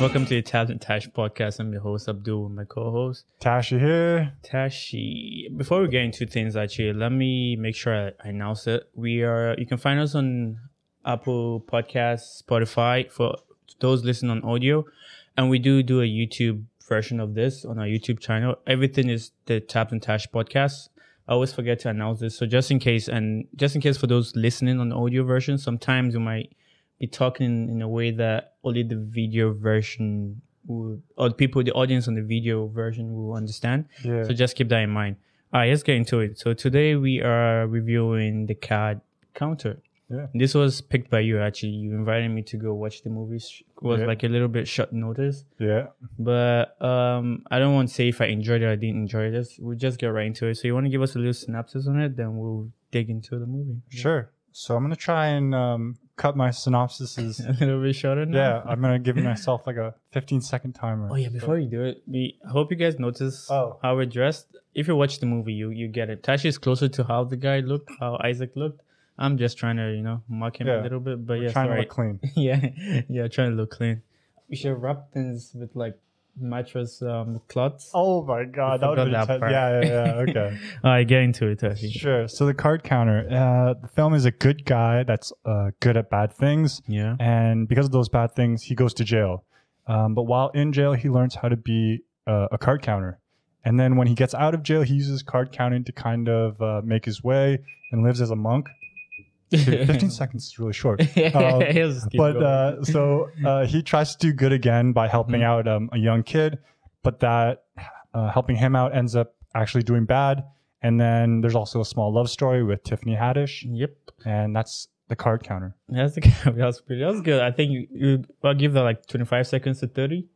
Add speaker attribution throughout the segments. Speaker 1: Welcome to the Tabs and Tash podcast. I'm your host, Abdul, and my co host,
Speaker 2: Tasha here.
Speaker 1: Tashi. Before we get into things, actually, let me make sure I announce it. We are, you can find us on Apple Podcasts, Spotify for those listening on audio. And we do do a YouTube version of this on our YouTube channel. Everything is the Tabs and Tash podcast. I always forget to announce this. So just in case, and just in case for those listening on the audio version, sometimes we might be talking in a way that only the video version will, or people, the audience on the video version will understand.
Speaker 2: Yeah.
Speaker 1: So just keep that in mind. All right, let's get into it. So today we are reviewing the card counter.
Speaker 2: Yeah.
Speaker 1: This was picked by you actually. You invited me to go watch the movie. Sh- It was
Speaker 2: Yeah.
Speaker 1: like a little bit short notice,
Speaker 2: yeah.
Speaker 1: but um, I don't want to say if I enjoyed it or didn't enjoy it. Let's- We'll just get right into it. So you want to give us a little synopsis on it, then we'll dig into the movie.
Speaker 2: Sure. So I'm gonna try and um, cut my synopsises.
Speaker 1: A little bit shorter now.
Speaker 2: yeah, I'm gonna give myself like a 15 second timer.
Speaker 1: Oh yeah, before you do it, we I hope you guys notice
Speaker 2: Oh.
Speaker 1: how we're dressed. If you watch the movie, you you get it. Tash is closer to how the guy looked, how Isaac looked. I'm just trying to, you know, mock him a
Speaker 2: Yeah.
Speaker 1: little bit, but yeah,
Speaker 2: trying to
Speaker 1: sorry.
Speaker 2: look clean.
Speaker 1: yeah, yeah, trying to look clean. We should wrap things with like mattress um cloths.
Speaker 2: Oh my
Speaker 1: I
Speaker 2: god, that
Speaker 1: forgot
Speaker 2: would have been
Speaker 1: that
Speaker 2: ten-
Speaker 1: part.
Speaker 2: yeah, yeah, yeah. Okay.
Speaker 1: All right, get into it, Tashi.
Speaker 2: sure. So the card counter. Uh, the film is a good guy that's uh, good at bad things.
Speaker 1: Yeah.
Speaker 2: and because of those bad things, he goes to jail. Um, but while in jail, he learns how to be uh, a card counter. And then when he gets out of jail, he uses card counting to kind of uh, make his way and lives as a monk. Dude, 15 seconds is really short.
Speaker 1: Let's keep
Speaker 2: But
Speaker 1: going.
Speaker 2: uh, so uh, he tries to do good again by helping
Speaker 1: Mhm.
Speaker 2: out um, a young kid, but that uh, helping him out ends up actually doing bad. And then there's also a small love story with Tiffany Haddish,
Speaker 1: yep.
Speaker 2: and that's the card counter.
Speaker 1: That's the that was pretty that was good. I think you, you I'll give that like twenty five seconds to thirty.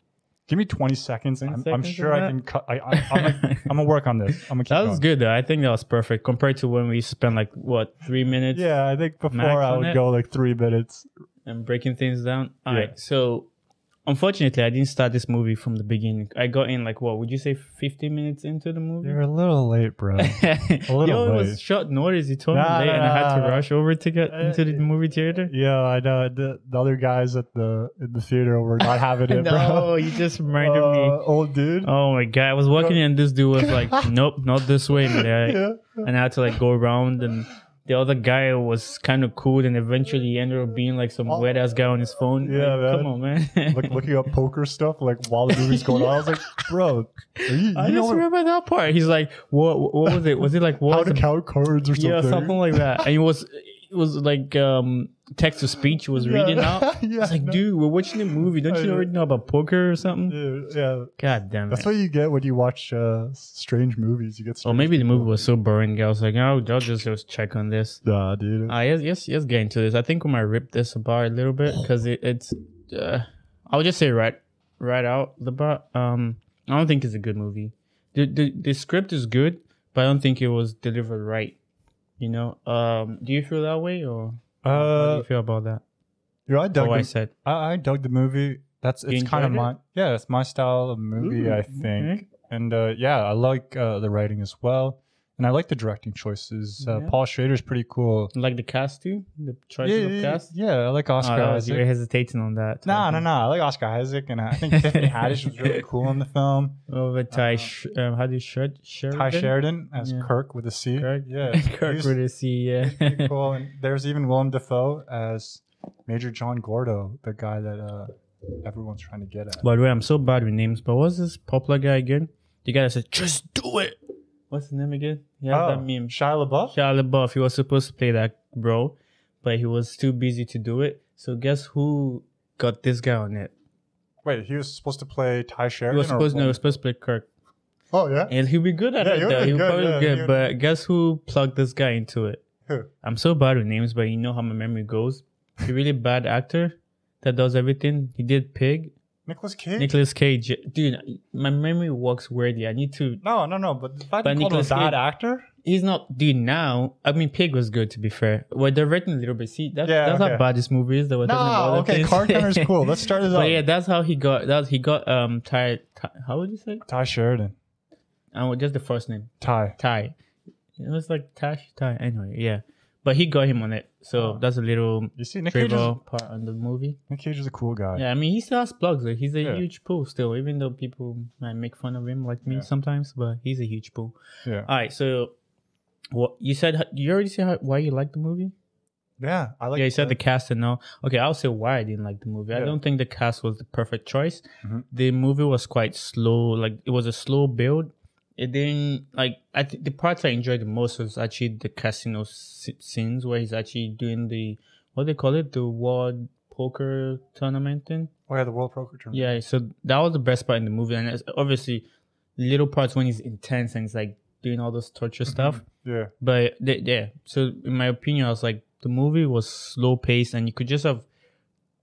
Speaker 2: Give me 20 seconds.
Speaker 1: 20
Speaker 2: I'm, I'm
Speaker 1: seconds of
Speaker 2: sure I
Speaker 1: that?
Speaker 2: can cut. I, I, I'm, like, I'm gonna work on this. I'm gonna keep
Speaker 1: That was
Speaker 2: going.
Speaker 1: good though. I think that was perfect compared to when we spent like what three minutes
Speaker 2: Yeah, I think before
Speaker 1: Max
Speaker 2: I
Speaker 1: on
Speaker 2: would
Speaker 1: it?
Speaker 2: go like three minutes.
Speaker 1: and breaking things down. All
Speaker 2: Yeah.
Speaker 1: right. So unfortunately, I didn't start this movie from the beginning. I got in like what would you say, fifteen minutes into the movie?
Speaker 2: You're a little late, bro. little
Speaker 1: Yo, it
Speaker 2: late.
Speaker 1: was short notice. You told
Speaker 2: Nah,
Speaker 1: me late, and I had to
Speaker 2: nah, nah.
Speaker 1: rush over to get into the
Speaker 2: Uh,
Speaker 1: movie theater.
Speaker 2: yeah, I know. The, the other guys at the in the theater were not having it, bro.
Speaker 1: no, you just reminded
Speaker 2: Uh,
Speaker 1: me.
Speaker 2: Old dude.
Speaker 1: Oh my god, I was walking in, and this dude was like, "Nope, not this way, man."
Speaker 2: yeah.
Speaker 1: and I had to like go around and the other guy was kind of cool and eventually he ended up being like some
Speaker 2: Oh.
Speaker 1: weird ass guy on his phone.
Speaker 2: Yeah,
Speaker 1: Like,
Speaker 2: man.
Speaker 1: come on, man.
Speaker 2: Like looking up poker stuff, like while the movie's going on, I was like, "Bro, are you,
Speaker 1: I
Speaker 2: you know
Speaker 1: just
Speaker 2: what,
Speaker 1: remember that part. He's like, what? What was it? Was it like
Speaker 2: how
Speaker 1: what?
Speaker 2: to count cards or something?"
Speaker 1: yeah, something like that. And it was, it was like um text to speech. He was
Speaker 2: Yeah.
Speaker 1: reading out.
Speaker 2: yeah,
Speaker 1: It's like,
Speaker 2: no,
Speaker 1: dude, we're watching a movie. Don't
Speaker 2: I
Speaker 1: you
Speaker 2: know.
Speaker 1: already know about poker or something?
Speaker 2: dude, yeah.
Speaker 1: God damn
Speaker 2: That's
Speaker 1: it.
Speaker 2: what you get when you watch uh, strange movies. You get.
Speaker 1: Or
Speaker 2: strange
Speaker 1: maybe the
Speaker 2: people.
Speaker 1: movie was so boring. I was like, oh, I'll just, just check on this.
Speaker 2: Nah, dude.
Speaker 1: Uh, yes, yes, yes. Get into this. I think we might rip this apart a little bit because it, it's. Uh, I'll just say right, right out the bat. Um, I don't think it's a good movie. The, the the script is good, but I don't think it was delivered right. You know. Um, do you feel that way or how do
Speaker 2: Uh,
Speaker 1: you feel about that?
Speaker 2: yeah, I dug
Speaker 1: Oh, I
Speaker 2: the,
Speaker 1: said.
Speaker 2: I, I dug the movie. That's
Speaker 1: You
Speaker 2: it's kind of
Speaker 1: enjoyed it?
Speaker 2: my yeah, it's my style of movie,
Speaker 1: Ooh,
Speaker 2: I think.
Speaker 1: okay.
Speaker 2: And uh, yeah, I like uh, the writing as well, and I like the directing choices. Uh,
Speaker 1: Yeah.
Speaker 2: Paul Schrader's pretty cool.
Speaker 1: Like the cast too. The
Speaker 2: Yeah,
Speaker 1: choice
Speaker 2: yeah,
Speaker 1: of
Speaker 2: yeah,
Speaker 1: cast.
Speaker 2: yeah, I like
Speaker 1: Oh,
Speaker 2: Oscar
Speaker 1: that was, you were
Speaker 2: Isaac.
Speaker 1: hesitating on that.
Speaker 2: No, no, no. I like Oscar Isaac, and I think Tiffany Haddish was really cool in the film.
Speaker 1: Over Ty,
Speaker 2: Uh,
Speaker 1: Sh- um, how do you shred? Sheridan?
Speaker 2: Ty Sheridan as
Speaker 1: Yeah.
Speaker 2: Kirk with a C.
Speaker 1: Kirk?
Speaker 2: Yeah,
Speaker 1: Kirk
Speaker 2: he's
Speaker 1: with a C,
Speaker 2: pretty
Speaker 1: yeah.
Speaker 2: cool. And there's even Willem Dafoe as Major John Gordo, the guy that uh, everyone's trying to get at.
Speaker 1: By the way, I'm so bad with names, but what's this popular guy again? The guy that said, just do it. What's his name again? Yeah,
Speaker 2: Oh,
Speaker 1: that meme.
Speaker 2: Shia LaBeouf.
Speaker 1: Shia LaBeouf, he was supposed to play that bro, but he was too busy to do it. So guess who got this guy on it?
Speaker 2: Wait, he was supposed to play Ty
Speaker 1: He
Speaker 2: Sheridan.
Speaker 1: was
Speaker 2: or
Speaker 1: supposed no, he
Speaker 2: Willem-
Speaker 1: was supposed to play Kirk.
Speaker 2: Oh yeah.
Speaker 1: And he'll be good at
Speaker 2: Yeah,
Speaker 1: it
Speaker 2: he
Speaker 1: though.
Speaker 2: would've
Speaker 1: He'll
Speaker 2: been good,
Speaker 1: probably
Speaker 2: yeah,
Speaker 1: good.
Speaker 2: he
Speaker 1: But guess who plugged this guy into it?
Speaker 2: Who?
Speaker 1: I'm so bad with names, but you know how my memory goes. He's a really bad actor that does everything. He did Pig.
Speaker 2: Nicholas Cage.
Speaker 1: Nicholas Cage. Dude, my memory works weirdly. I need to
Speaker 2: no, no, no. But the fact
Speaker 1: But
Speaker 2: you called him a
Speaker 1: Nicolas
Speaker 2: bad
Speaker 1: Cage-
Speaker 2: actor.
Speaker 1: he's not dude now. I mean, Pig was good to be fair. We're diverting a little bit. See, that's
Speaker 2: Yeah,
Speaker 1: that's how
Speaker 2: okay.
Speaker 1: bad this movie is. That we're talking about
Speaker 2: No,
Speaker 1: other
Speaker 2: okay.
Speaker 1: things.
Speaker 2: Card counter's cool. Let's start this
Speaker 1: but
Speaker 2: off.
Speaker 1: yeah, that's how he got. That he got um Ty. Ty how would you say?
Speaker 2: Ty Sheridan.
Speaker 1: Oh, just the first name
Speaker 2: Ty.
Speaker 1: Ty. It was like Tash Ty. Anyway, yeah. but he got him on it. So
Speaker 2: Oh.
Speaker 1: that's a little
Speaker 2: You see, Nick Cage, is,
Speaker 1: trivial part on the movie.
Speaker 2: Nick Cage is a cool guy.
Speaker 1: Yeah, I mean, he still has plugs. Like, he's a
Speaker 2: Yeah.
Speaker 1: huge pool still, even though people might make fun of him, like me
Speaker 2: Yeah.
Speaker 1: sometimes. But he's a huge pool.
Speaker 2: yeah.
Speaker 1: All right, so what you said? You already said how, why you liked the movie.
Speaker 2: Yeah, I like. uh,
Speaker 1: yeah, you said the cast and all. Okay, I'll say why I didn't like the movie. I
Speaker 2: Yeah.
Speaker 1: don't think the cast was the perfect choice.
Speaker 2: Mhm.
Speaker 1: The movie was quite slow. Like it was a slow build. It didn't like I think the parts I enjoyed the most was actually the casino s- scenes where he's actually doing the what do they call it the world poker tournament thing.
Speaker 2: Oh yeah, the World Poker Tournament.
Speaker 1: Yeah, so that was the best part in the movie, and it's obviously little parts when he's intense and he's like doing all this torture
Speaker 2: Mm-hmm.
Speaker 1: stuff.
Speaker 2: Yeah.
Speaker 1: But th- yeah, so in my opinion, I was like the movie was slow paced, and you could just have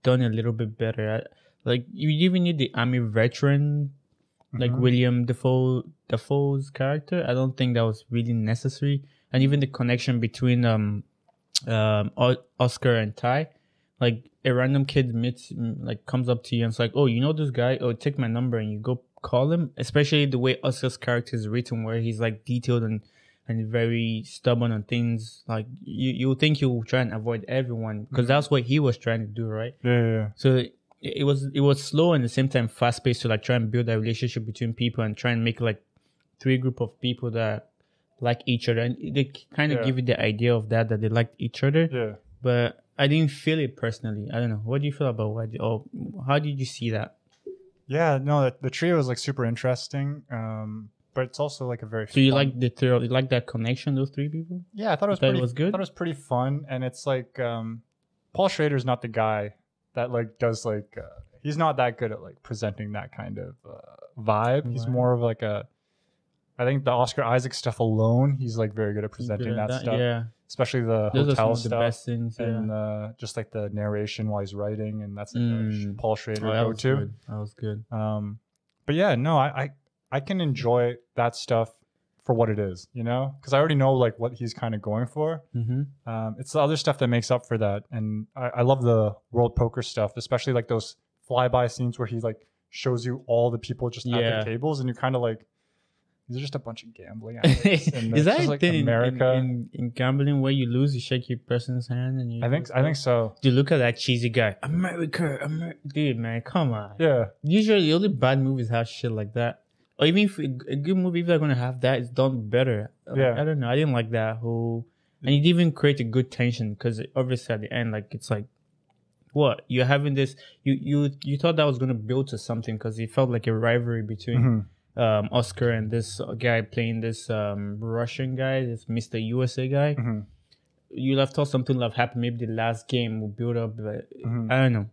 Speaker 1: done a little bit better. I, like you even need the army veteran, like
Speaker 2: Mhm.
Speaker 1: William Defoe Defoe's character. I don't think that was really necessary, and even the connection between um, um O- Oscar and Ty, like a random kid meets mm, like comes up to you and it's like, oh, you know this guy? Oh, take my number and you go call him. Especially the way Oscar's character is written, where he's like detailed and and very stubborn on things. Like you, you think he will try and avoid everyone because that's what he was trying to do, right?
Speaker 2: Yeah, yeah, yeah.
Speaker 1: So it, it was it was slow and at the same time fast paced to like try and build that relationship between people and try and make like three group of people that like each other and they kind of
Speaker 2: Yeah.
Speaker 1: give you the idea of that that they liked each other
Speaker 2: yeah.
Speaker 1: but I didn't feel it personally. I don't know. What do you feel about what? Or how did you see that?
Speaker 2: Yeah, no, the, the trio is like super interesting, um, but it's also like a very.
Speaker 1: So you
Speaker 2: fun-
Speaker 1: like the three? You like that connection? Those three people?
Speaker 2: Yeah, I thought it was
Speaker 1: thought it
Speaker 2: pretty.
Speaker 1: was good?
Speaker 2: Thought it was pretty fun, and it's like um, Paul Schrader's not the guy that like does like uh, he's not that good at like presenting that kind of uh, vibe. He's
Speaker 1: Right.
Speaker 2: more of like a. I think the Oscar Isaac stuff alone, he's like very good at presenting
Speaker 1: Yeah,
Speaker 2: that, stuff,
Speaker 1: Yeah,
Speaker 2: especially the
Speaker 1: those are some
Speaker 2: hotel
Speaker 1: of the
Speaker 2: stuff.
Speaker 1: best things. Yeah.
Speaker 2: And uh, just like the narration while he's writing, and that's like
Speaker 1: Mm.
Speaker 2: a Paul
Speaker 1: Oh,
Speaker 2: Schrader
Speaker 1: that
Speaker 2: go
Speaker 1: was
Speaker 2: to.
Speaker 1: good. That was good.
Speaker 2: Um, but yeah, no, I, I I can enjoy that stuff for what it is, you know, because I already know like what he's kind of going for.
Speaker 1: Mm-hmm.
Speaker 2: Um, it's the other stuff that makes up for that, and I, I love the world poker stuff, especially like those flyby scenes where he like shows you all the people just
Speaker 1: Yeah.
Speaker 2: at the tables, and you're kind of like, these are just a bunch of gambling. addicts," and
Speaker 1: Is
Speaker 2: that's
Speaker 1: that
Speaker 2: just,
Speaker 1: a
Speaker 2: like
Speaker 1: thing in- in-
Speaker 2: America?
Speaker 1: In, in gambling where you lose, you shake your person's hand and you?
Speaker 2: I think I think so.
Speaker 1: Dude, look at that cheesy guy. America, America. Dude, man, come on.
Speaker 2: Yeah,
Speaker 1: Usually, only bad movies have shit like that. Or even if a g- a good movie, if they're gonna have that, it's done better. Like,
Speaker 2: Yeah.
Speaker 1: I don't know. I didn't like that whole, and it even create a good tension because obviously at the end, like it's like, what you're having this, you you you thought that was gonna build to something because it felt like a rivalry between
Speaker 2: Mhm.
Speaker 1: um, Oscar and this guy playing this um, Russian guy, this Mister USA guy.
Speaker 2: Mhm.
Speaker 1: You left thought something would have happened. Maybe the last game will build up, but
Speaker 2: Mhm.
Speaker 1: I don't know.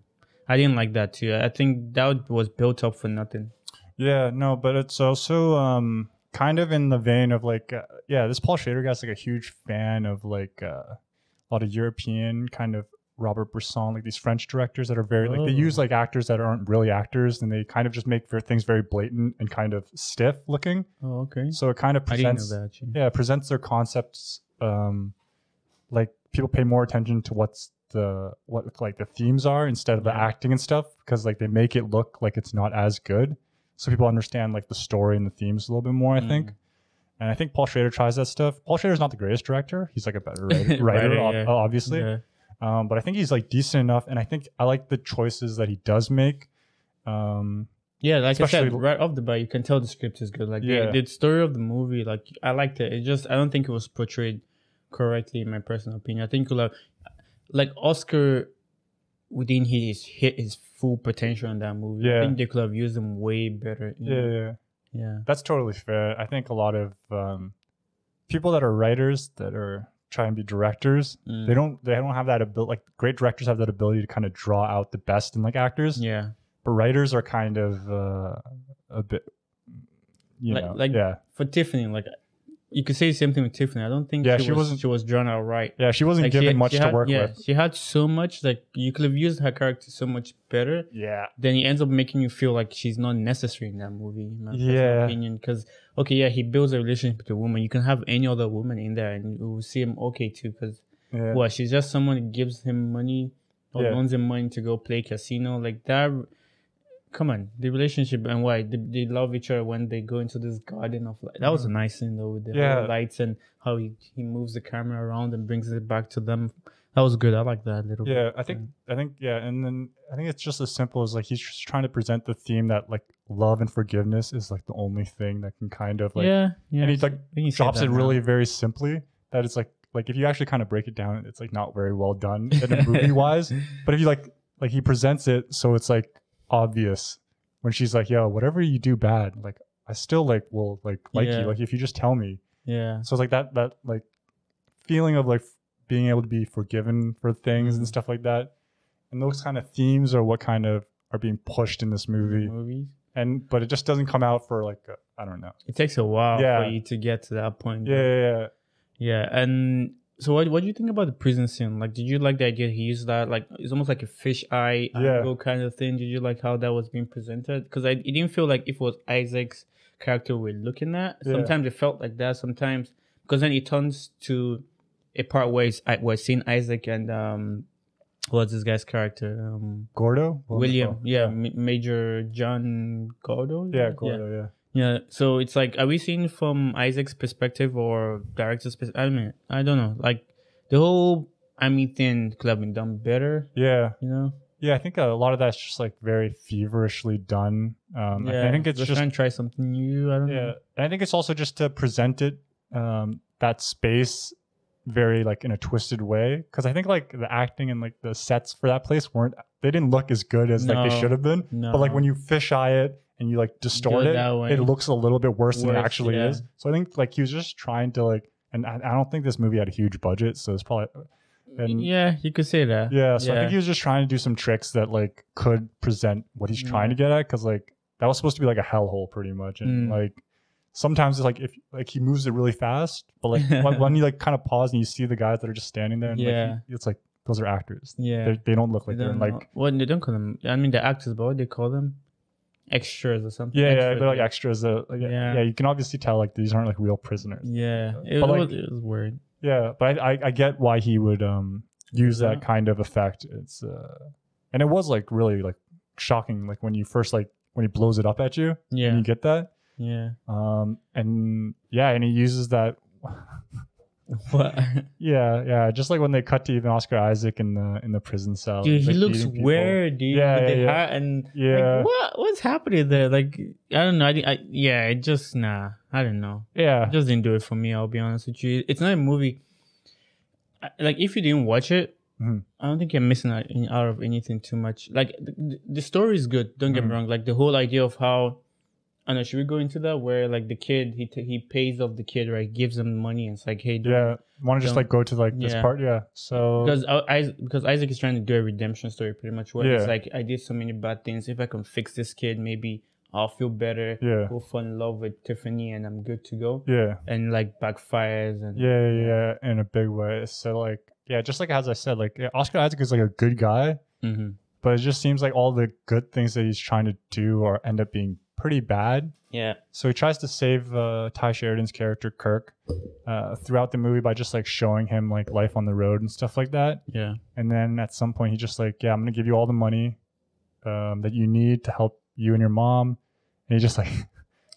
Speaker 1: I didn't like that too. I think that was built up for nothing.
Speaker 2: Yeah, no, but it's also um kind of in the vein of like uh, yeah, this Paul Schrader guy's like a huge fan of like uh, a lot of European kind of Robert Bresson, like these French directors that are very like they
Speaker 1: Oh.
Speaker 2: use like actors that aren't really actors and they kind of just make their things very blatant and kind of stiff looking.
Speaker 1: Oh, okay.
Speaker 2: So it kind of
Speaker 1: I didn't know
Speaker 2: presents
Speaker 1: that. Actually.
Speaker 2: yeah, it presents their concepts um like people pay more attention to what's the what like the themes are instead of the
Speaker 1: Yeah.
Speaker 2: acting and stuff because like they make it look like it's not as good so people understand like the story and the themes a little bit more i think
Speaker 1: Mm.
Speaker 2: and i think paul schrader tries that stuff paul schrader's not the greatest director he's like a better writer, writer
Speaker 1: Writer,
Speaker 2: ob-
Speaker 1: yeah.
Speaker 2: obviously
Speaker 1: Yeah.
Speaker 2: um, but i think he's like decent enough and i think i like the choices that he does make um
Speaker 1: Yeah, like I
Speaker 2: Especially-
Speaker 1: said, right off the bat, you can tell the script is good. Like
Speaker 2: Yeah.
Speaker 1: the, the story of the movie, like I liked it. It just I don't think it was portrayed correctly, in my personal opinion. I think like, like Oscar, we didn't hit his hit his full potential in that movie. I
Speaker 2: Yeah.
Speaker 1: think they could have used him way better. you
Speaker 2: yeah,
Speaker 1: know?
Speaker 2: yeah, yeah.
Speaker 1: yeah.
Speaker 2: That's totally fair. I think a lot of um, people that are writers that are trying to be directors,
Speaker 1: Mm.
Speaker 2: they don't they don't have that ability. Like great directors have that ability to kind of draw out the best in like actors,
Speaker 1: Yeah,
Speaker 2: but writers are kind of uh, a bit, you
Speaker 1: Like-
Speaker 2: know,
Speaker 1: like-
Speaker 2: yeah,
Speaker 1: for Tiffany, like you could say the same thing with Tiffany. I don't think
Speaker 2: Yeah,
Speaker 1: she,
Speaker 2: she
Speaker 1: was,
Speaker 2: wasn't-
Speaker 1: she was drawn out right.
Speaker 2: yeah. She wasn't
Speaker 1: Like,
Speaker 2: given
Speaker 1: she-
Speaker 2: much
Speaker 1: she
Speaker 2: to
Speaker 1: had-
Speaker 2: work
Speaker 1: yeah,
Speaker 2: with.
Speaker 1: She had so much like you could have used her character so much better.
Speaker 2: Yeah,
Speaker 1: then he ends up making you feel like she's not necessary in that movie. In my personal
Speaker 2: Yeah.
Speaker 1: opinion, because okay, yeah, he builds a relationship with a woman. You can have any other woman in there, and you will see him okay too. Because
Speaker 2: yeah,
Speaker 1: well, she's just someone who gives him money or
Speaker 2: Yeah.
Speaker 1: loans him money to go play casino. Like that come on, the relationship and why they, they love each other when they go into this garden of light. That was a nice scene though with the
Speaker 2: Yeah.
Speaker 1: lights and how he, he moves the camera around and brings it back to them. That was good. I like that a little bit.
Speaker 2: Yeah, I think I think yeah, and then I think it's just as simple as like he's just trying to present the theme that like love and forgiveness is like the only thing that can kind of like
Speaker 1: yeah, yeah.
Speaker 2: and he like
Speaker 1: When you say
Speaker 2: drops
Speaker 1: that
Speaker 2: it
Speaker 1: now.
Speaker 2: really very simply that it's like like if you actually kind of break it down, it's like not very well done in a movie wise. But if you like like he presents it so it's like obvious when she's like, yo, whatever you do bad, like I still like will like like
Speaker 1: Yeah.
Speaker 2: you. Like if you just tell me.
Speaker 1: Yeah.
Speaker 2: So it's like that that like feeling of like being able to be forgiven for things
Speaker 1: Mm-hmm.
Speaker 2: and stuff like that. And those kind of themes are what kind of are being pushed in this movie.
Speaker 1: Movies.
Speaker 2: And but it just doesn't come out for like I I don't know.
Speaker 1: It takes a while
Speaker 2: Yeah.
Speaker 1: for you to get to that point.
Speaker 2: Yeah, yeah, yeah.
Speaker 1: Yeah, and so what what do you think about the prison scene? Like, did you like the idea he used that? Like, it's almost like a fish eye
Speaker 2: Yeah.
Speaker 1: angle kind of thing. Did you like how that was being presented? Because I it didn't feel like it was Isaac's character we're looking at.
Speaker 2: Yeah.
Speaker 1: Sometimes it felt like that. Sometimes because then it turns to a part where it's I- we're seeing Isaac and um, what's this guy's character? Um,
Speaker 2: Gordo? Well,
Speaker 1: William.
Speaker 2: oh,
Speaker 1: Yeah, Ma- Major John Gordo. is
Speaker 2: Yeah,
Speaker 1: it?
Speaker 2: Gordo, yeah.
Speaker 1: Yeah, so it's like, are we seeing from Isaac's perspective or director's perspective? I mean, I don't know. Like the whole I mean thing could have been done better,
Speaker 2: yeah. Yeah.
Speaker 1: you know?
Speaker 2: I think a lot of that's just like very feverishly done. Um I-
Speaker 1: yeah,
Speaker 2: I think it's
Speaker 1: they're
Speaker 2: just
Speaker 1: trying to try something new. I don't
Speaker 2: Yeah,
Speaker 1: know.
Speaker 2: and I think it's also just to present it um, that space very like in a twisted way because I think like the acting and like the sets for that place weren't they didn't look as good as like they
Speaker 1: No.
Speaker 2: should have been.
Speaker 1: No,
Speaker 2: But like when you fisheye it and you like distort
Speaker 1: Do it
Speaker 2: it,
Speaker 1: that way.
Speaker 2: it looks a little bit worse, than it
Speaker 1: Worse,
Speaker 2: actually
Speaker 1: yeah.
Speaker 2: is. So I think like he was just trying to like, and I, I don't think this movie had a huge budget, so it's probably and yeah.
Speaker 1: yeah, you could say that.
Speaker 2: so I think he was just trying to do some tricks that like could present what he's trying to get at because like that was supposed to be like a hellhole pretty much, and
Speaker 1: Mm.
Speaker 2: like sometimes it's like if like he moves it really fast, but like when, when you like kind of pause and you see the guys that are just standing there, and
Speaker 1: Yeah.
Speaker 2: like, he- it's like those are actors.
Speaker 1: yeah.
Speaker 2: They're- They don't look
Speaker 1: They
Speaker 2: like they're in,
Speaker 1: don't
Speaker 2: like
Speaker 1: know- well, they don't call them. I mean, the actors, but what they call them, extras or something.
Speaker 2: yeah, yeah
Speaker 1: Extras,
Speaker 2: they're like extras. Uh, like, yeah.
Speaker 1: Yeah.
Speaker 2: you can obviously tell like these aren't like real prisoners.
Speaker 1: Yeah, it,
Speaker 2: But,
Speaker 1: was,
Speaker 2: like-
Speaker 1: it was weird.
Speaker 2: Yeah, but I, I, I get why he would um use
Speaker 1: Yeah.
Speaker 2: that kind of effect. It's uh, and it was like really like shocking, like when you first like when he blows it up at you, and
Speaker 1: Yeah,
Speaker 2: you get that.
Speaker 1: yeah.
Speaker 2: Um, and yeah, and he uses that.
Speaker 1: What?
Speaker 2: Yeah, yeah, just like when they cut to even Oscar Isaac in the in the prison cell.
Speaker 1: Dude,
Speaker 2: he's,
Speaker 1: he
Speaker 2: like,
Speaker 1: looks
Speaker 2: eating people.
Speaker 1: weird, dude.
Speaker 2: Yeah,
Speaker 1: with
Speaker 2: yeah,
Speaker 1: the
Speaker 2: yeah.
Speaker 1: hat and
Speaker 2: Yeah.
Speaker 1: Like, what what's happening there? Like I don't know. I, di- I yeah, it just nah. I don't know.
Speaker 2: Yeah,
Speaker 1: It just didn't do it for me. I'll be honest with you. It's not a movie. I- Like if you didn't watch it,
Speaker 2: Mhm.
Speaker 1: I don't think you're missing out, in- out of anything too much. Like the, the story is good. Don't get
Speaker 2: Mhm.
Speaker 1: me wrong. Like the whole idea of how. I don't know. Should we go into that? Where like the kid, he t- he pays off the kid, right? Gives him money, and it's like, hey, don't
Speaker 2: yeah. Want to just
Speaker 1: Don't-
Speaker 2: like go to like this
Speaker 1: Yeah.
Speaker 2: part? Yeah. So
Speaker 1: because I, I because Isaac is trying to do a redemption story pretty much where
Speaker 2: Yeah.
Speaker 1: it's like I did so many bad things. If I can fix this kid, maybe I'll feel better.
Speaker 2: yeah,
Speaker 1: We'll fall in love with Tiffany and I'm good to go.
Speaker 2: yeah.
Speaker 1: And like backfires and
Speaker 2: Yeah, yeah, in a big way. So like, yeah, just like as I said, like yeah, Oscar Isaac is like a good guy,
Speaker 1: Mhm.
Speaker 2: but it just seems like all the good things that he's trying to do are end up being pretty bad.
Speaker 1: yeah.
Speaker 2: So he tries to save uh, Ty Sheridan's character Kirk uh, throughout the movie by just like showing him like life on the road and stuff like that.
Speaker 1: Yeah.
Speaker 2: And then at some point, he just like, yeah, I'm gonna give you all the money um, that you need to help you and your mom. And he just like,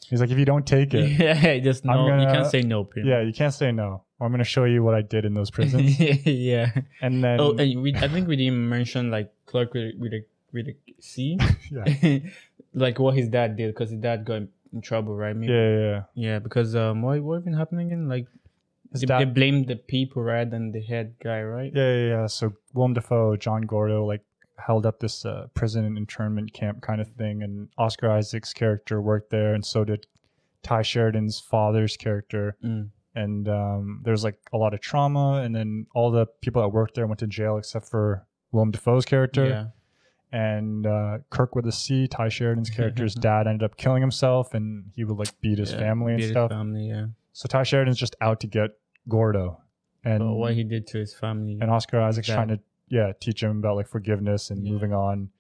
Speaker 2: he's like, if you don't take it,
Speaker 1: Yeah. Just
Speaker 2: I'm
Speaker 1: no. You
Speaker 2: gonna-
Speaker 1: can't say no. Pretty
Speaker 2: yeah, you can't say no. Or I'm gonna show you what I did in those prisons.
Speaker 1: much. yeah.
Speaker 2: and then
Speaker 1: Oh, and we I think we didn't mention like Clark with with a with a C,
Speaker 2: yeah.
Speaker 1: like what his dad did because his dad got in, in trouble, right? Maybe.
Speaker 2: Yeah, yeah, yeah.
Speaker 1: Yeah, because um, what what even happened again? Like
Speaker 2: His
Speaker 1: they, they
Speaker 2: dad-
Speaker 1: blame the people rather than the head guy, right?
Speaker 2: yeah, yeah, yeah. So Willem Dafoe, John Gordo, like held up this uh, prison and internment camp kind of thing, and Oscar Isaac's character worked there, and so did Ty Sheridan's father's character.
Speaker 1: Mm.
Speaker 2: And um, there was like a lot of trauma, and then all the people that worked there went to jail except for Willem Dafoe's character
Speaker 1: Yeah.
Speaker 2: and uh, Kirk with a C. Ty Sheridan's character's dad ended up killing himself, and he would like beat his
Speaker 1: Yeah,
Speaker 2: family and
Speaker 1: beat his
Speaker 2: stuff.
Speaker 1: family, yeah.
Speaker 2: So Ty Sheridan's just out to get Gordo, and
Speaker 1: But what he did to his family.
Speaker 2: and Oscar Isaac's
Speaker 1: That-
Speaker 2: trying to yeah teach him about like forgiveness and
Speaker 1: Yeah.
Speaker 2: moving on.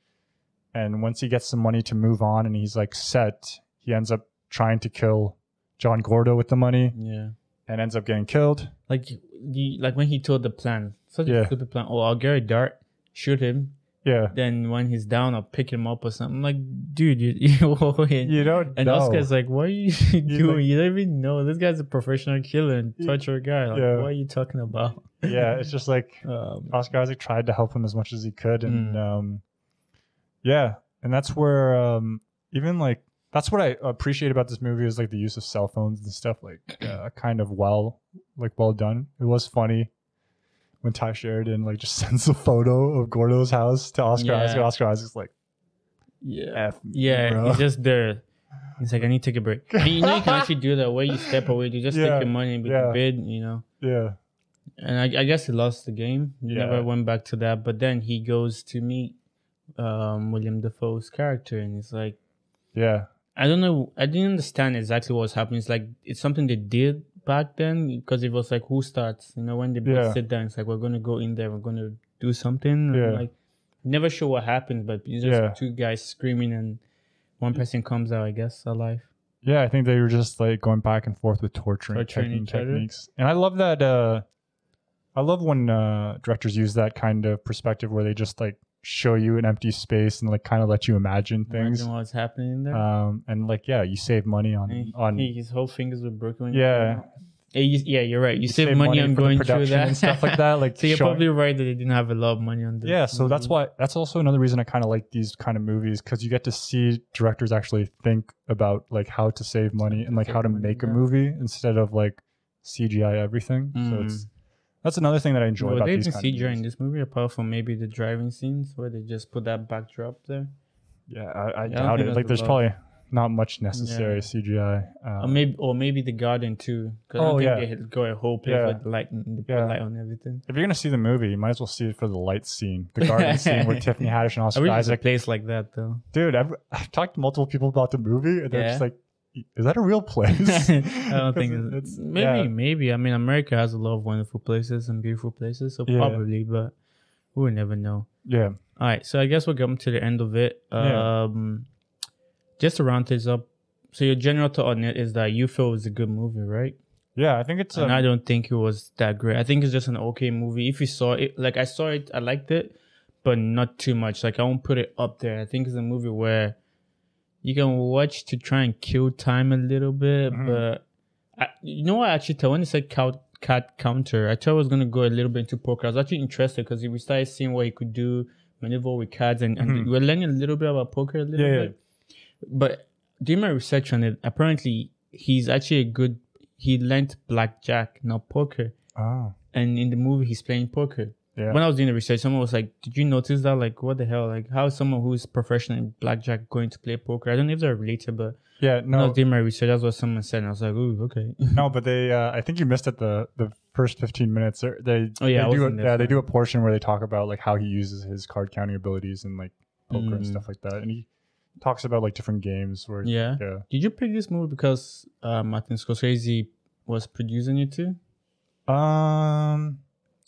Speaker 2: And once he gets some money to move on, and he's like set, he ends up trying to kill John Gordo with the money,
Speaker 1: yeah.
Speaker 2: and ends up getting killed.
Speaker 1: Like the like when he told the plan, such
Speaker 2: Yeah.
Speaker 1: a stupid plan. Oh, I'll get a dart, shoot him,
Speaker 2: Yeah.
Speaker 1: Then when he's down, I'll pick him up or something. I'm like, dude, you, you and,
Speaker 2: You don't
Speaker 1: and
Speaker 2: know.
Speaker 1: Oscar's like, what are you doing?
Speaker 2: like-
Speaker 1: you don't even know. This guy's a professional killer and
Speaker 2: Yeah.
Speaker 1: torture guy. Like,
Speaker 2: Yeah.
Speaker 1: what are you talking about?
Speaker 2: yeah, it's just like
Speaker 1: Um,
Speaker 2: Oscar Isaac tried to help him as much as he could,
Speaker 1: Mm.
Speaker 2: and um, yeah, and that's where um, even like that's what I appreciate about this movie is like the use of cell phones and stuff, like uh, kind of well, like well done. It was funny when Ty Sheridan like just sends a photo of Gordo's house to Oscar
Speaker 1: Yeah.
Speaker 2: Isaac. Oscar Isaac's like,
Speaker 1: yeah.
Speaker 2: F me,
Speaker 1: Yeah,
Speaker 2: bro.
Speaker 1: he's just there. He's like, I need to take a break. And you know, you can actually do that where you step away, you just
Speaker 2: Yeah,
Speaker 1: take your money and be
Speaker 2: yeah.
Speaker 1: bid, you know.
Speaker 2: yeah,
Speaker 1: And I, I guess he lost the game. He
Speaker 2: Yeah.
Speaker 1: Never went back to that. But then he goes to meet um, William Defoe's character, and it's like,
Speaker 2: yeah,
Speaker 1: I don't know. I didn't understand exactly what was happening. It's like it's something they did back then because it was like who starts. You know, when they both
Speaker 2: Yeah.
Speaker 1: sit down, it's like we're gonna go in there, we're gonna do something. and,
Speaker 2: Yeah.
Speaker 1: Like never sure what happened, but it's just
Speaker 2: Yeah.
Speaker 1: two guys screaming and one person comes out, I guess, alive.
Speaker 2: yeah. I think they were just like going back and forth with torturing,
Speaker 1: Torturing
Speaker 2: techni-
Speaker 1: each other.
Speaker 2: techniques, and I love that. uh I love when uh, directors use that kind of perspective where they just like show you an empty space and like kind of let you imagine things.
Speaker 1: Imagine what's happening in there.
Speaker 2: Um, and like yeah, you save money on
Speaker 1: And he-
Speaker 2: on
Speaker 1: he- his whole fingers were broken. when he
Speaker 2: Yeah.
Speaker 1: came out. Yeah, you, yeah, you're right. You, save, money, on
Speaker 2: for the
Speaker 1: going through
Speaker 2: production
Speaker 1: that
Speaker 2: and stuff like that. Like
Speaker 1: so you're
Speaker 2: showing-
Speaker 1: probably right that they didn't have a lot of money on this.
Speaker 2: yeah, so that's
Speaker 1: movie.
Speaker 2: why that's also another reason I kind of like these kind of movies because you get to see directors actually think about like how to save money and like
Speaker 1: save
Speaker 2: how to
Speaker 1: money,
Speaker 2: make a
Speaker 1: yeah.
Speaker 2: movie instead of like CGI everything. So it's that's another thing that I enjoy
Speaker 1: Mm-hmm. Well,
Speaker 2: about
Speaker 1: they
Speaker 2: these
Speaker 1: didn't
Speaker 2: kind
Speaker 1: see
Speaker 2: of
Speaker 1: during
Speaker 2: movies.
Speaker 1: this movie apart from maybe the driving scenes where they just put that backdrop there,
Speaker 2: Yeah, I, I
Speaker 1: don't
Speaker 2: doubt
Speaker 1: think
Speaker 2: it.
Speaker 1: that's
Speaker 2: Like, there's
Speaker 1: about-
Speaker 2: probably not much necessary
Speaker 1: Yeah.
Speaker 2: CGI. Um,
Speaker 1: or maybe or maybe the garden too. 'cause I
Speaker 2: Oh,
Speaker 1: don't
Speaker 2: yeah.
Speaker 1: think they had go a whole place
Speaker 2: Yeah.
Speaker 1: with light. and They put
Speaker 2: Yeah.
Speaker 1: light on everything.
Speaker 2: If you're gonna see the movie, you might as well see it for the light scene, the garden scene where Tiffany Haddish and
Speaker 1: I
Speaker 2: Oscar
Speaker 1: wish it's a
Speaker 2: Isaac.
Speaker 1: place like that though.
Speaker 2: Dude, I've, I've talked to multiple people about the movie, and they're
Speaker 1: Yeah.
Speaker 2: just like, "Is that a real place?"
Speaker 1: I don't think
Speaker 2: Because
Speaker 1: it's, maybe
Speaker 2: yeah.
Speaker 1: maybe. I mean, America has a lot of wonderful places and beautiful places, so
Speaker 2: Yeah.
Speaker 1: probably, but we will never know.
Speaker 2: Yeah,
Speaker 1: All right, so I guess we're coming to the end of it.
Speaker 2: Yeah.
Speaker 1: Um, just to round things up. So your general thought on it is that you feel it was a good movie, right?
Speaker 2: yeah. I think it's.
Speaker 1: and
Speaker 2: um,
Speaker 1: I don't think it was that great. I think it's just an okay movie. If you saw it, like I saw it, I liked it, but not too much. Like I won't put it up there. I think it's a movie where you can watch to try and kill time a little bit,
Speaker 2: Mhm.
Speaker 1: but I, you know what? I Actually, thought when it said cow, cat counter, I thought I was gonna go a little bit into poker. I was actually interested because we started seeing what he could do, maneuver with cards, and, and
Speaker 2: Mhm.
Speaker 1: we're learning a little bit about poker a little
Speaker 2: Yeah, yeah.
Speaker 1: bit. But doing my research on it, apparently he's actually a good he learned blackjack, not poker.
Speaker 2: oh,
Speaker 1: And in the movie, he's playing poker.
Speaker 2: yeah.
Speaker 1: When I was doing the research, someone was like, "Did you notice that? Like, what the hell? Like, how is someone who's professional in blackjack going to play poker? I don't know if they're related, but
Speaker 2: yeah.
Speaker 1: when I
Speaker 2: No,
Speaker 1: was doing my research, that's what someone said. And I was like, "Ooh, okay."
Speaker 2: no. But they. Uh, I think you missed it the the first fifteen minutes. They're- They.
Speaker 1: Oh, yeah, I
Speaker 2: They do a,
Speaker 1: wasn't there
Speaker 2: yeah,
Speaker 1: for
Speaker 2: they
Speaker 1: that.
Speaker 2: do a portion where they talk about like how he uses his card counting abilities and like poker and
Speaker 1: Mm.
Speaker 2: stuff like that, and he talks about like different games where.
Speaker 1: yeah.
Speaker 2: yeah.
Speaker 1: Did you pick this movie because uh, Martin Scorsese was producing it too?
Speaker 2: Um.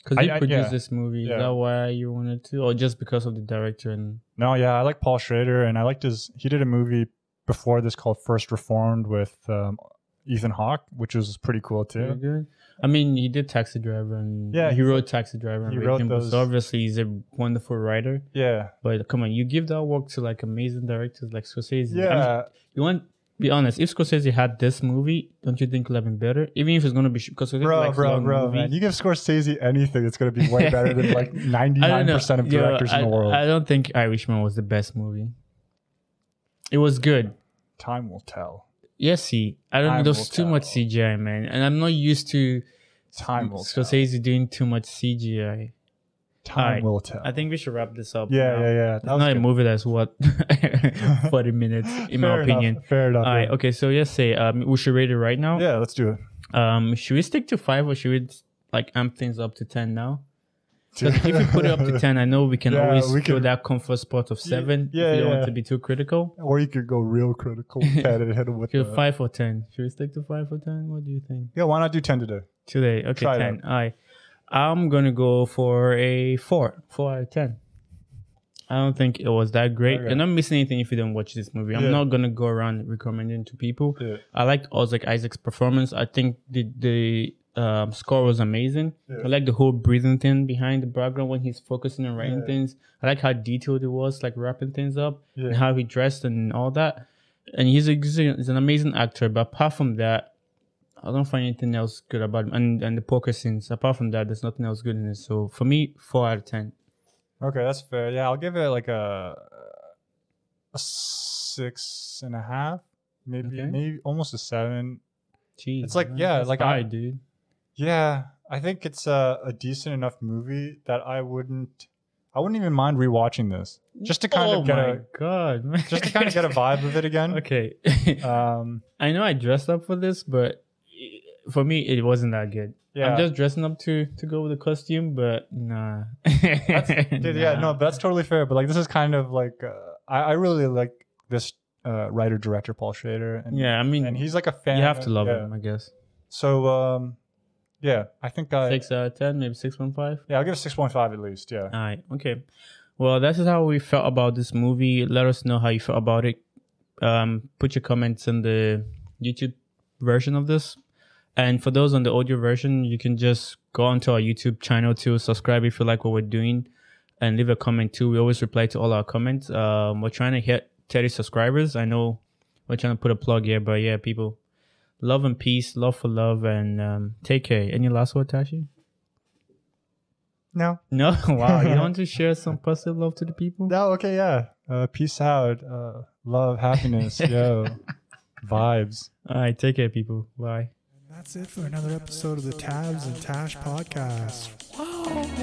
Speaker 1: Because
Speaker 2: I-
Speaker 1: he
Speaker 2: I-
Speaker 1: produced
Speaker 2: yeah.
Speaker 1: this movie.
Speaker 2: Yeah.
Speaker 1: Is that why you wanted to, or just because of the director? And
Speaker 2: No, yeah, I like Paul Schrader, and I liked his. He did a movie before this called First Reformed with um, Ethan Hawke, which was pretty cool
Speaker 1: Very
Speaker 2: too.
Speaker 1: good. I mean, he did Taxi Driver and
Speaker 2: Yeah,
Speaker 1: he
Speaker 2: he's-
Speaker 1: wrote Taxi Driver. And
Speaker 2: he
Speaker 1: he
Speaker 2: wrote
Speaker 1: those.
Speaker 2: those-
Speaker 1: So obviously, he's a wonderful writer.
Speaker 2: Yeah,
Speaker 1: But come on, you give that work to like amazing directors like Scorsese. I mean,
Speaker 2: yeah,
Speaker 1: you want be honest? If Scorsese had this movie, don't you think it would have been better? Even if it's gonna be sh- because Scorsese
Speaker 2: bro,
Speaker 1: likes
Speaker 2: bro,
Speaker 1: long
Speaker 2: bro,
Speaker 1: movies.
Speaker 2: man. You give Scorsese anything, it's gonna be way better than like ninety
Speaker 1: I don't
Speaker 2: nine
Speaker 1: know.
Speaker 2: percent of
Speaker 1: Yo,
Speaker 2: directors in
Speaker 1: I-
Speaker 2: the world.
Speaker 1: I don't think Irishman was the best movie. It was good.
Speaker 2: Time will tell.
Speaker 1: Yes, see, I don't know.
Speaker 2: Time
Speaker 1: There's
Speaker 2: will
Speaker 1: too much
Speaker 2: tell.
Speaker 1: CGI, man, and I'm not used to
Speaker 2: Time will
Speaker 1: Scorsese doing too much CGI.
Speaker 2: tell. Time
Speaker 1: alright.
Speaker 2: will tell.
Speaker 1: I think we should wrap this up.
Speaker 2: yeah,
Speaker 1: now.
Speaker 2: yeah, yeah.
Speaker 1: It's not a movie that's what 40 minutes, in my opinion.
Speaker 2: Fair enough.
Speaker 1: All right.
Speaker 2: yeah.
Speaker 1: Okay. So yes, say um, we should rate it right now.
Speaker 2: Yeah, let's do it.
Speaker 1: Um, should we stick to five or should we like amp things up to ten now? 'Cause
Speaker 2: Dude.
Speaker 1: if we put it up to ten, I know we can
Speaker 2: Yeah,
Speaker 1: always
Speaker 2: we
Speaker 1: go
Speaker 2: can-
Speaker 1: that comfort spot of seven.
Speaker 2: yeah,
Speaker 1: if you don't
Speaker 2: yeah.
Speaker 1: want to be too critical.
Speaker 2: or you could go real critical, pat it hit him with
Speaker 1: Should
Speaker 2: the-
Speaker 1: five or ten? Should we stick to five or ten? What do you think
Speaker 2: Yeah, why not do ten today?
Speaker 1: today? Okay,
Speaker 2: Try
Speaker 1: ten. All right. I'm gonna go for a four. Four out of ten. I don't think it was that great.
Speaker 2: Okay.
Speaker 1: You're not missing anything if you don't watch this movie. I'm
Speaker 2: Yeah.
Speaker 1: not gonna go around recommending to people.
Speaker 2: Yeah.
Speaker 1: I like Isaac Isaac's performance. I think the the um, score was amazing.
Speaker 2: Yeah.
Speaker 1: I like the whole breathing thing behind the background when he's focusing on writing
Speaker 2: Yeah.
Speaker 1: things. I like how detailed it was, like wrapping things up
Speaker 2: Yeah.
Speaker 1: and how he dressed and all that. And he's, a, he's a- he's an amazing actor. But apart from that, I don't find anything else good about him. And and the poker scenes. Apart from that, there's nothing else good in it. So for me, four out of ten.
Speaker 2: Okay, that's fair. Yeah, I'll give it like a, a six and a half, maybe
Speaker 1: Okay.
Speaker 2: maybe almost a seven.
Speaker 1: Jeez,
Speaker 2: It's like- yeah,
Speaker 1: that's
Speaker 2: like
Speaker 1: high,
Speaker 2: I-
Speaker 1: dude.
Speaker 2: Yeah, I think it's a, a decent enough movie that I wouldn't I wouldn't even mind rewatching this just to kind
Speaker 1: oh
Speaker 2: of get
Speaker 1: my
Speaker 2: a
Speaker 1: god, man.
Speaker 2: just to kind of get a vibe of it again.
Speaker 1: Okay,
Speaker 2: Um,
Speaker 1: I know I dressed up for this, but i- for me, it wasn't that good.
Speaker 2: yeah,
Speaker 1: I'm just dressing up to to go with the costume, but nah.
Speaker 2: Dude, yeah, no,
Speaker 1: Nah.
Speaker 2: but that's totally fair. But like, this is kind of like uh, I, I really like this uh, writer director Paul Schrader, and
Speaker 1: yeah. I mean,
Speaker 2: and he's like a fan.
Speaker 1: you have to
Speaker 2: of-
Speaker 1: love
Speaker 2: yeah.
Speaker 1: him, I guess.
Speaker 2: So um, yeah, I think I
Speaker 1: Six Uh. out of ten, maybe six one five.
Speaker 2: yeah I'll give it six point five at least. Yeah,
Speaker 1: All right. Okay. Well, this is how we felt about this movie. Let us know how you felt about it. Um, put your comments in the YouTube version of this. And for those on the audio version, you can just go onto our YouTube channel to subscribe if you like what we're doing and leave a comment too. We always reply to all our comments. Um, we're trying to hit 30 subscribers. I know we're trying to put a plug here, but yeah, people, love and peace, love for love, and um, take care. Any last word, Tashi?
Speaker 2: no,
Speaker 1: No, wow. You want to share some positive love to the people?
Speaker 2: no, okay, yeah. Uh, peace out, uh, love, happiness, yo, vibes.
Speaker 1: All right, take care, people. Bye.
Speaker 3: That's it for another episode of the Tabs and Tash podcast. Wow.